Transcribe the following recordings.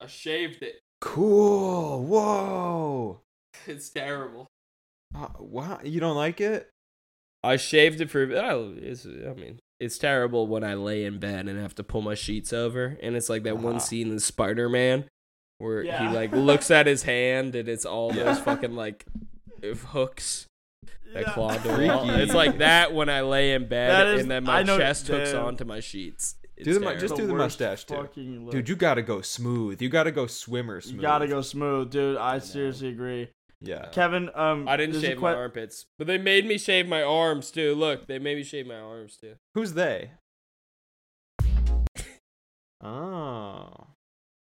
I shaved it. Cool. Whoa. It's terrible. Uh, wow. You don't like it? I shaved it for. I, it's, I mean, it's terrible when I lay in bed and have to pull my sheets over, and it's like that Ah. one scene in Spider Man where Yeah. he like looks at his hand and it's all Yeah. those fucking like if hooks that Yeah. claw to the wall. Freaky. It's like that when I lay in bed That is- and then I my know- chest hooks damn. onto my sheets. It's Do the mu- just terrible. do the worst mustache, too. fucking look. Dude, you gotta go smooth. You gotta go swimmer smooth. You gotta go smooth, dude. I, know. seriously agree. Yeah. Kevin, um, I didn't there's a shave que- my armpits, but they made me shave my arms too. Look, they made me shave my arms too. Who's they? Oh.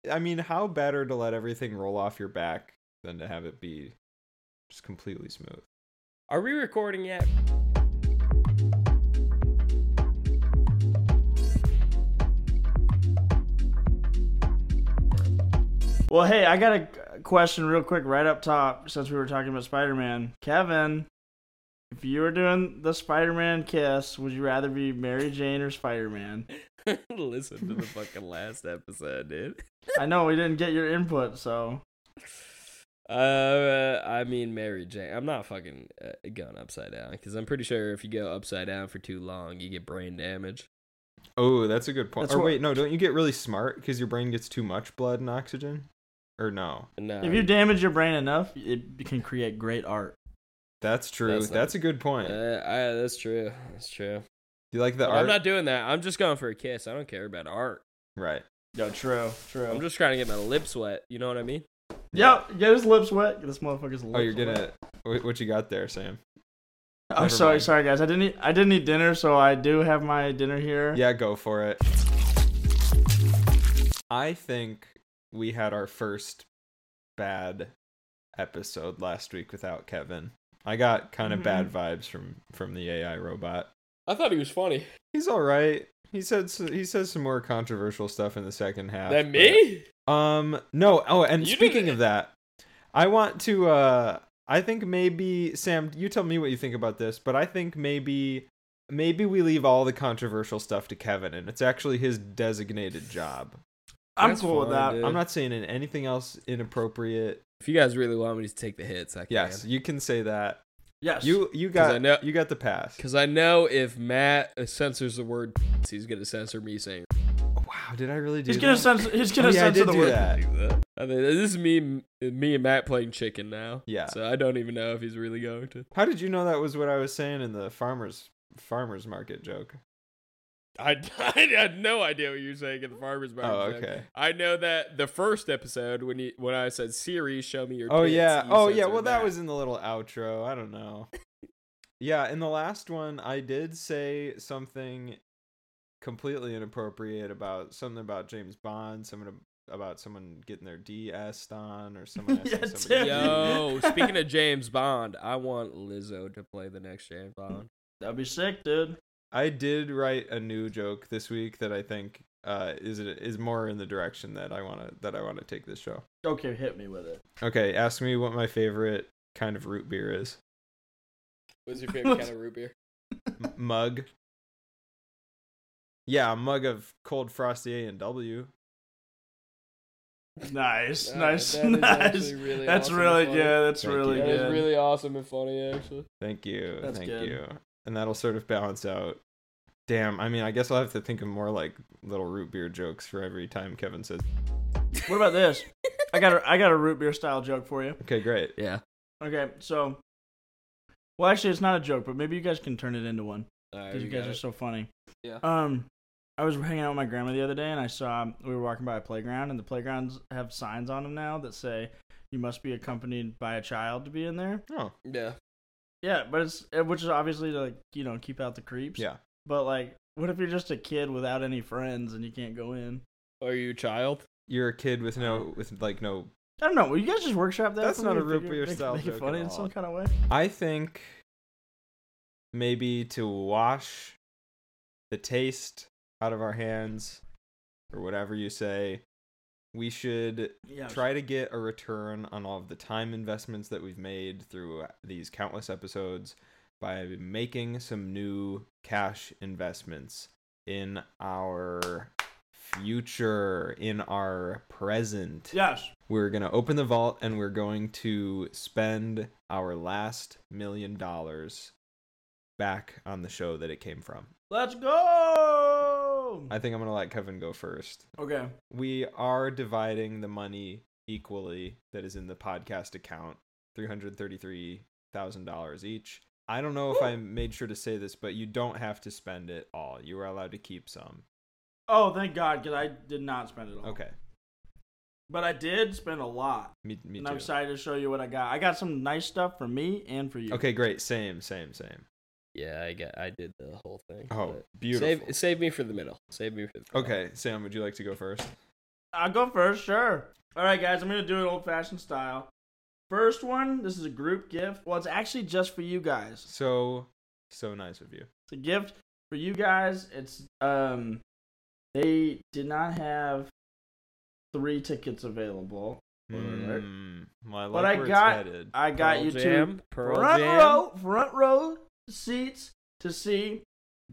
I mean, how better to let everything roll off your back than to have it be just completely smooth? Are we recording yet? Well, hey, I got a q- question real quick right up top since we were talking about Spider Man. Kevin, if you were doing the Spider Man kiss, would you rather be Mary Jane or Spider Man? Listen to the fucking last episode, dude. I know we didn't get your input, so Uh, I mean Mary Jane. I'm not fucking uh, going upside down because I'm pretty sure if you go upside down for too long, you get brain damage. Oh, that's a good point. That's or what- wait, no, don't you get really smart because your brain gets too much blood and oxygen? Or no? No, if you damage your brain enough, it can create great art. That's true. That's That's, not- a good uh, point. I, that's true. That's true. Do you like the But art? I'm not doing that. I'm just going for a kiss. I don't care about art. Right. No, true, I'm Oh. true. just trying to get my lips wet. You know what I mean? Yep, get his lips wet. Get this motherfucker's lips. Oh, you're wet. gonna. What what you got there, Sam? I'm Never sorry, mind. sorry guys. I didn't eat, I didn't eat dinner, so I do have my dinner here. Yeah, go for it. I think we had our first bad episode last week without Kevin. I got kind of Mm-hmm. Mhm. bad vibes from from the AI robot. I thought he was funny. He's all right. He said s- he says some more controversial stuff in the second half. Than but- me? Um no, oh and You speaking didn't- of that, I want to uh I think maybe Sam, you tell me what you think about this, but I think maybe maybe we leave all the controversial stuff to Kevin and it's actually his designated job. I'm That's cool with fine, that. dude. I'm not saying in anything else inappropriate. If you guys really want me to take the hits, I can. Yes, you can say that. Yes, You you 'Cause I got know- you got the pass. Because I know if Matt censors the word, he's gonna censor me saying. Wow, did I really do he's gonna that? censor. He's Oh, gonna yeah, I censor did the do word. that. I mean, this is me, me and Matt playing chicken now. Yeah. So I don't even know if he's really going to. How did you know that was what I was saying in the farmers farmers market joke? I, I had no idea what you were saying at the farmer's market. Oh, joke. okay. I know that the first episode when you when I said Siri, show me your. Oh tits," yeah. you Oh yeah. censored Well, that was in the little outro. I don't know. yeah, in the last one, I did say something completely inappropriate about something about James Bond, something ab- about someone getting their DS on, or someone. asking Yeah, somebody dude. to- Yo, speaking of James Bond, I want Lizzo to play the next James Hmm. Bond. That'd be sick, dude. I did write a new joke this week that I think uh, is is more in the direction that I want to that I want to take this show. Okay, hit me with it. Okay, ask me what my favorite kind of root beer is. What's your favorite kind of root beer? M- mug. Yeah, a mug of cold frosty A and W. Nice, Uh, nice, that is nice. actually really That's awesome and really funny. good. That's Thank really you. That good. is really awesome and funny, actually. Thank you. That's thank good. you. And that'll sort of balance out. Damn, I mean, I guess I'll have to think of more like little root beer jokes for every time Kevin says. What about this? I got a I got a root beer style joke for you. Okay, great. Yeah. Okay, so well, actually, it's not a joke, but maybe you guys can turn it into one All right, because you we got guys are it. so funny. Yeah. Um, I was hanging out with my grandma the other day, and I saw we were walking by a playground, and the playgrounds have signs on them now that say you must be accompanied by a child to be in there. Oh, yeah. Yeah, but it's eh, which is obviously to like you know keep out the creeps. yeah. But like, what if you're just a kid without any friends and you can't go in? Are you a child? You're a kid with no, with like no. I don't know. Will you guys just workshop that? That's for not me a and root figure- beer make, style Make joke it at funny in all. some kind of way. I think maybe to wash the taste out of our hands or whatever you say, we should Yeah. try to get a return on all of the time investments that we've made through uh, these countless episodes by making some new cash investments in our future, in our present. Yes. We're going to open the vault and we're going to spend our last million dollars back on the show that it came from. Let's go. I think I'm going to let Kevin go first. Okay. We are dividing the money equally that is in the podcast account $333,000 each. I don't know if I made sure to say this, but you don't have to spend it all. You are allowed to keep some. Oh, thank God, because I did not spend it all. Okay. But I did spend a lot. Me, me and I'm too. excited to show you what I got. I got some nice stuff for me and for you. Okay, great. Same, same, same. Yeah, I got. I did the whole thing. Oh, but- beautiful. Save, save me for the middle. Save me for the middle. Okay, Sam, would you like to go first? I'll go first, sure. All right, guys, I'm going to do it old fashioned style. First one, this is a group gift. Well, it's actually just for you guys. So, so nice of you. It's a gift for you guys. It's, um, they did not have three tickets available. Alright. Mm, well, I like But I where got- it's headed. I got Pearl you two Jam, Pearl front Jam. row, front row seats to see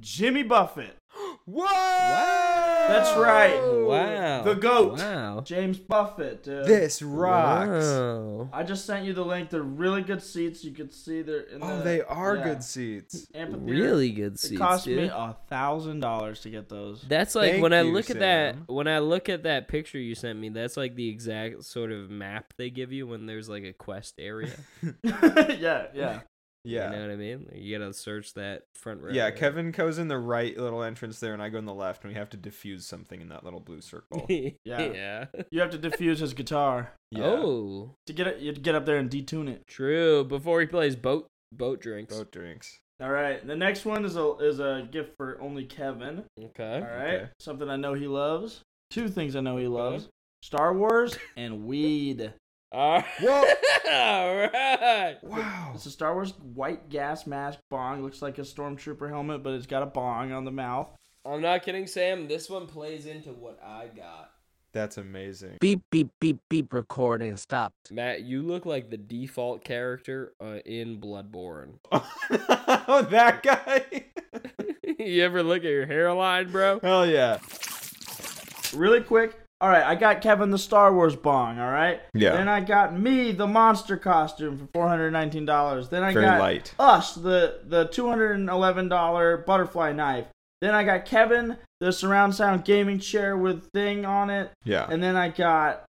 Jimmy Buffett, Whoa! That's right. Wow. The GOAT. Wow. James Buffett. uh, dude. This rocks. Wow. I just sent you the link. They're really good seats. You could see they're in Oh, the- they are yeah. good seats. Amphitheater. Really good seats, It cost dude. me a thousand dollars to get those. That's like Thank when I you, look at Sam. that when I look at that picture you sent me, that's like the exact sort of map they give you when there's like a quest area. yeah, yeah. Yeah. You know what I mean? You gotta search that front row. Yeah, area. Kevin goes in the right little entrance there, and I go in the left, and we have to diffuse something in that little blue circle. yeah. You have to defuse his guitar Yeah. Oh. to get it. You have to get up there and detune it. True. Before he plays boat boat drinks. Boat drinks. All right. The next one is a is a gift for only Kevin. All Okay. right. Okay. Something I know he loves. Two things I know he loves: Okay. Star Wars and weed. All Whoa. right. Oh. Wow. It's a Star Wars white gas mask bong. Looks like a stormtrooper helmet, but it's got a bong on the mouth. I'm not kidding, Sam. This one plays into what I got. That's amazing. Beep, beep, beep, beep, recording stopped. Matt, you look like the default character uh, in Bloodborne. oh, that guy. you ever look at your hairline, bro? Hell yeah. really quick. All right, I got Kevin the Star Wars bong. All right. Yeah. Then I got me the monster costume for four hundred nineteen dollars. Then I Very got light. us the the two hundred and eleven dollar butterfly knife. Then I got Kevin the surround sound gaming chair with thing on it. Yeah. And then I got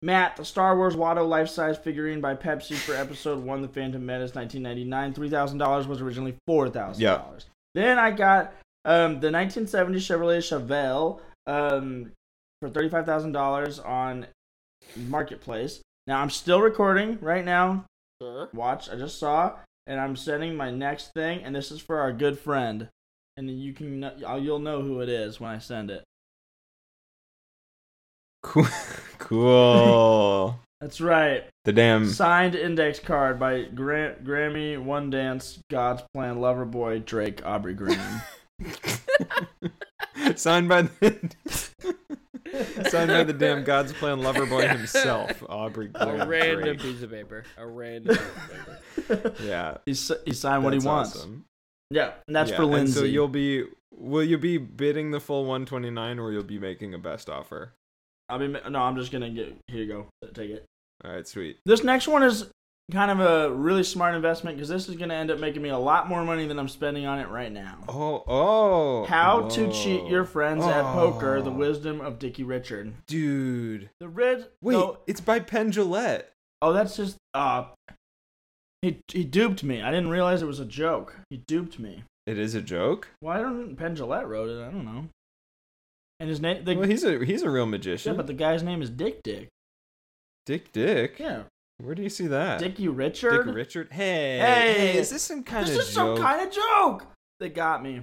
Matt the Star Wars Watto life size figurine by Pepsi for Episode One: The Phantom Menace, nineteen ninety nine. Three thousand dollars was originally four thousand Yeah. dollars. Then I got um, the nineteen seventy Chevrolet Chevelle um, for thirty five thousand dollars on Marketplace. Now I'm still recording right now. Sure. Watch, I just saw, and I'm sending my next thing, and this is for our good friend, and you can kn- you'll know who it is when I send it. Cool. cool. That's right. The damn. Signed index card by Gra- Grammy, One Dance, God's Plan, Loverboy, Drake, Aubrey Graham. Signed by the. Signed by the damn God's Plan lover boy himself, Aubrey A Graham. random Drake. piece of paper. A random piece of paper. Yeah. he, s- he signed what he that's wants. awesome. Yeah, and that's Yeah, for and Lindsay. so you'll be will you be bidding the full 129 or you'll be making a best offer? I mean, no, I'm just gonna get. Here you go. Take it. All right, sweet. This next one is kind of a really smart investment because this is gonna end up making me a lot more money than I'm spending on it right now. Oh, oh. How to Whoa. cheat your friends at poker? The Oh. wisdom of Dickie Richard. Dude. The red. Wait, no- it's by Penn Jillette. Oh, that's just uh he he duped me. I didn't realize it was a joke. He duped me. It is a joke? Why don't Penn Jillette wrote it? I don't know. And his name, the, well, he's a he's a real yeah, magician. but the guy's name is Dick Dick. Dick Dick. Yeah, Where do you see that? Dickie Dick Richard. Richard. Hey. Hey. is this some kind this of is joke? some kind of joke. They got me.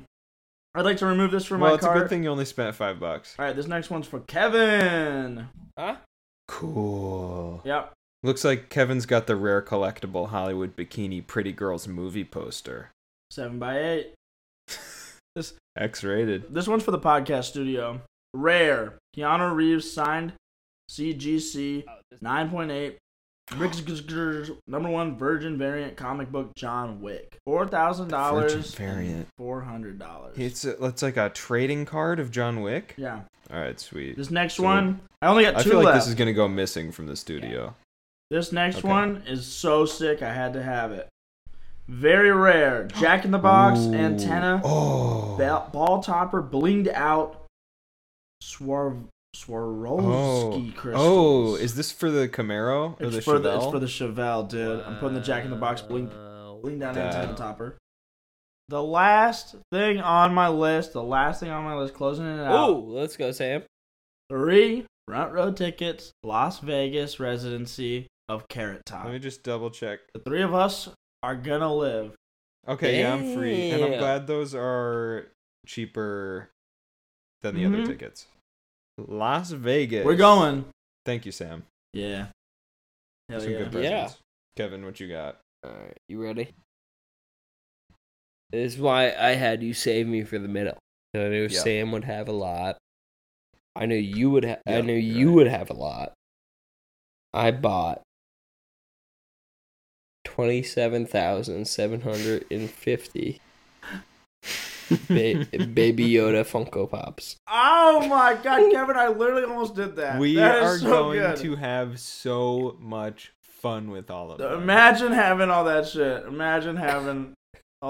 I'd like to remove this from well, my it's cart. a good thing you only spent 5 bucks. All right, this next one's for Kevin. Huh? Cool. Yep. Looks like Kevin's got the rare collectible Hollywood bikini pretty girls movie poster. Seven by eight. X-rated. This one's for the podcast studio. Rare. Keanu Reeves signed CGC Oh, this- 9.8 Rick's number one virgin variant comic book John Wick. Four thousand dollars. Virgin variant. Four hundred dollars. It's a, it's like a trading card of John Wick. yeah. All right, sweet. This next So- one, I only got two I feel like left. this is gonna go missing from the studio. This next Okay. one is so sick I had to have it. Very rare. Jack in the Box, Ooh. antenna, Oh. ba- ball topper, blinged out, Swarv- Swarovski oh. crystals. oh, is this for the Camaro or it's the for Chevelle? the it's for the Chevelle, dude. I'm putting the Jack in the Box blinged Wow. blinged out Damn. antenna topper. The last thing on my list, the last thing on my list, closing it out. Ooh, let's go, Sam. Three front row tickets, Las Vegas residency of Carrot Top. Let me just double check. The three of us are gonna live. Okay, yeah, I'm free, and I'm Damn. glad those are cheaper than the Mhm. Mm-hmm. other tickets. Las Vegas. We're going. Thank you, Sam. Yeah. Hell Some yeah. good Yeah. presents. Kevin, what you got? Alright, you ready? This is why I had you save me for the middle. I knew Yeah. Sam would have a lot. I knew you would. Ha- I Yeah, knew you're you right. would have a lot. I bought twenty-seven thousand seven hundred and fifty ba- Baby Yoda Funko Pops. Oh my god, Kevin, I literally almost did that. we That is are so going good. to have so much fun with all of them. Imagine having all that shit. Imagine having all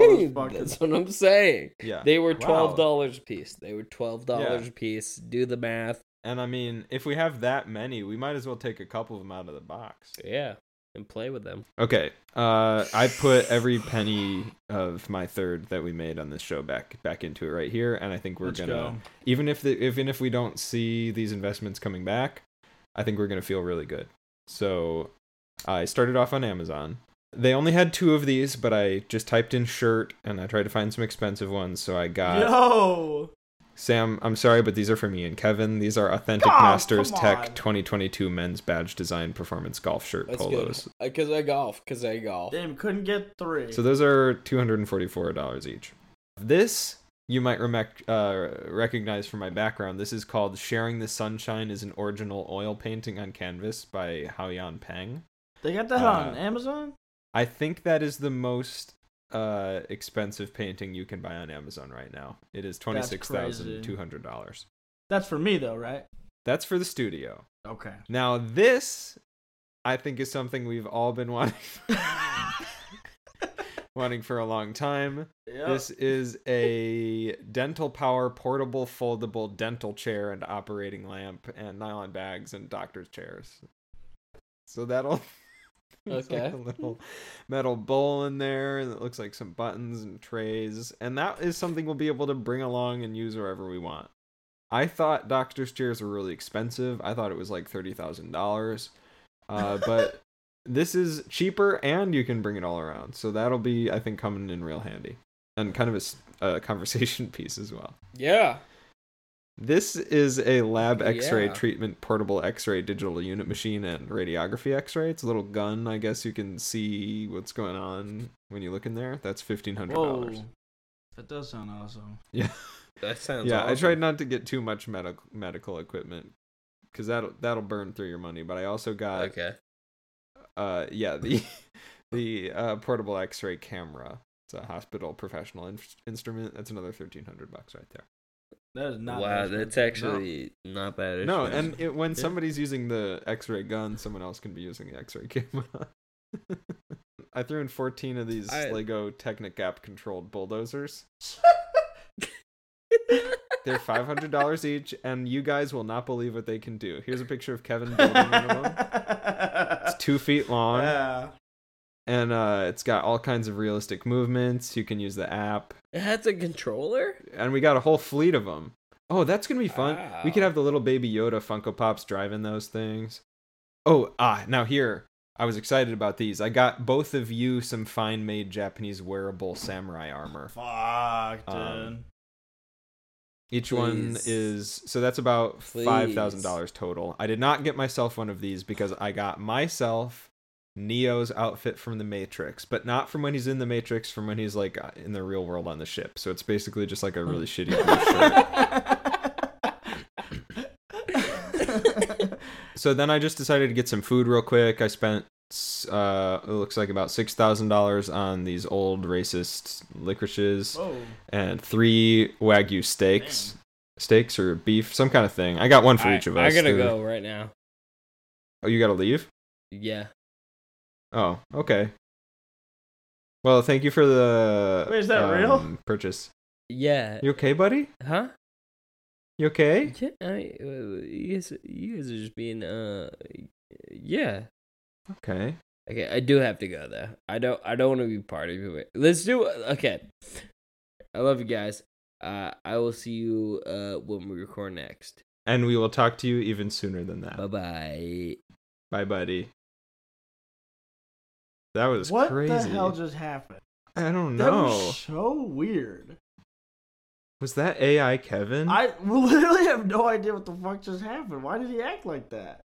those fucking That's what I'm saying. yeah. They were Wow. twelve dollars a piece. They were twelve dollars a piece. Do the math. And I mean, if we have that many, we might as well take a couple of them out of the box. Yeah, and play with them. Okay. Uh, I put every penny of my third that we made on this show back back into it right here, and I think we're Let's gonna go. even if the, even if we don't see these investments coming back, I think we're gonna feel really good. So I started off on Amazon. They only had two of these, but I just typed in shirt and I tried to find some expensive ones. So I got Yo. Sam, I'm sorry, but these are for me and Kevin. These are Authentic God, Masters Oh, come on. Tech 2022 men's badge design performance golf shirt That's polos. good. Because I Uh, golf. Because I golf. Damn, couldn't get three. So those are $244 each. This you might remec- uh, recognize from my background. This is called Sharing the Sunshine is an Original Oil Painting on Canvas by Haoyan Peng. they got that uh, on Amazon? I think that is the most uh, expensive painting you can buy on Amazon right now. It is That's crazy. $26,200. That's for me though, right? That's for the studio. Okay. Now this I think is something we've all been wanting wanting for a long time. Yep. This is a dental power portable foldable dental chair and operating lamp and nylon bags and doctor's chairs. So that'll there's like Okay. a little metal bowl in there and it looks like some buttons and trays and that is something we'll be able to bring along and use wherever we want. I thought doctor's chairs were really expensive. I thought it was like thirty thousand dollars, uh, but this is cheaper and you can bring it all around. So that'll be, I think, coming in real handy and kind of a s- a, conversation piece as well. Yeah. This is a lab X-ray Yeah. treatment portable X-ray digital unit machine and radiography X-ray. It's a little gun, I guess you can see what's going on when you look in there. That's fifteen hundred dollars. Whoa. That does sound awesome. Yeah. That sounds. yeah, I awesome. tried not to get too much medical medical equipment because that'll that'll burn through your money. But I also got okay. uh yeah the the uh, portable X-ray camera. It's a hospital professional inf- instrument. That's another thirteen hundred bucks right there. That is not wow, that that's expensive. actually not bad. no, and it, when Yeah. somebody's using the X-ray gun, someone else can be using the X-ray camera. I threw in fourteen of these I- Lego Technic app controlled bulldozers. They're five hundred dollars each, and you guys will not believe what they can do. Here's a picture of Kevin building one of them. It's two feet long. Yeah. and uh, it's got all kinds of realistic movements. You can use the app, it has a controller. and we got a whole fleet of them. Oh, that's gonna be fun. We could Wow. have the little baby Yoda Funko Pops driving those things. Oh, ah, now here I was excited about these. I got both of you some fine made Japanese wearable samurai armor. Fuck, dude. Um, Each one Please. is so that's about Please. five thousand dollars total. I did not get myself one of these because I got myself Neo's outfit from the Matrix, but not from when he's in the Matrix, from when he's like uh, in the real world on the ship. So it's basically just like a really Hmm. shitty blue shirt. So then I just decided to get some food real quick. I spent s- uh, it looks like about six thousand dollars on these old racist licorices Whoa. and three wagyu steaks, steaks or beef, some kind of thing. I got one for I, each of I us. gotta too. go right now. Oh, you gotta leave. Yeah. Oh, okay. Well, thank you for the. um, Wait, is that real? Purchase. Yeah. You okay, buddy? Huh? You okay? Yeah, I mean, uh, you guys, you guys are just being, uh, yeah. Okay. Okay, I do have to go though. I don't. I don't want to be part of it. Let's do. Okay. I love you guys. Uh, I will see you uh when we record next. And we will talk to you even sooner than that. Bye bye. Bye, buddy. That was What crazy. the hell just happened? I don't That know. was so weird. Was that AI Kevin? I literally have no idea what the fuck just happened. Why did he act like that?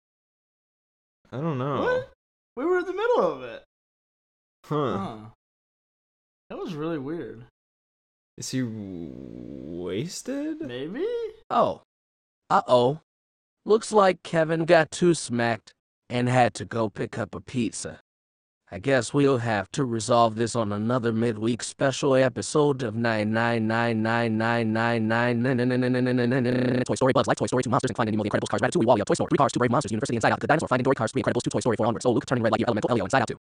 I don't know. What? We were in the middle of it. Huh. Huh. That was really weird. Is he wasted? Maybe? Oh. Uh oh. Looks like Kevin got too smacked and had to go pick up a pizza. I guess we'll have to resolve this on another midweek special episode of 99999999 Toy Story Buzz Light Toy Story 2 Monsters and Find Nemo The Incredibles Cars Ratatouille Wall-E Up Toy Story 3 Cars 2 Brave Monsters University Inside Out The Dinosaur Finding Dory Cars 3 Incredibles 2 Toy Story 4 Onward Soul Luke Turning Red Lightyear Elemental Elio Inside Out 2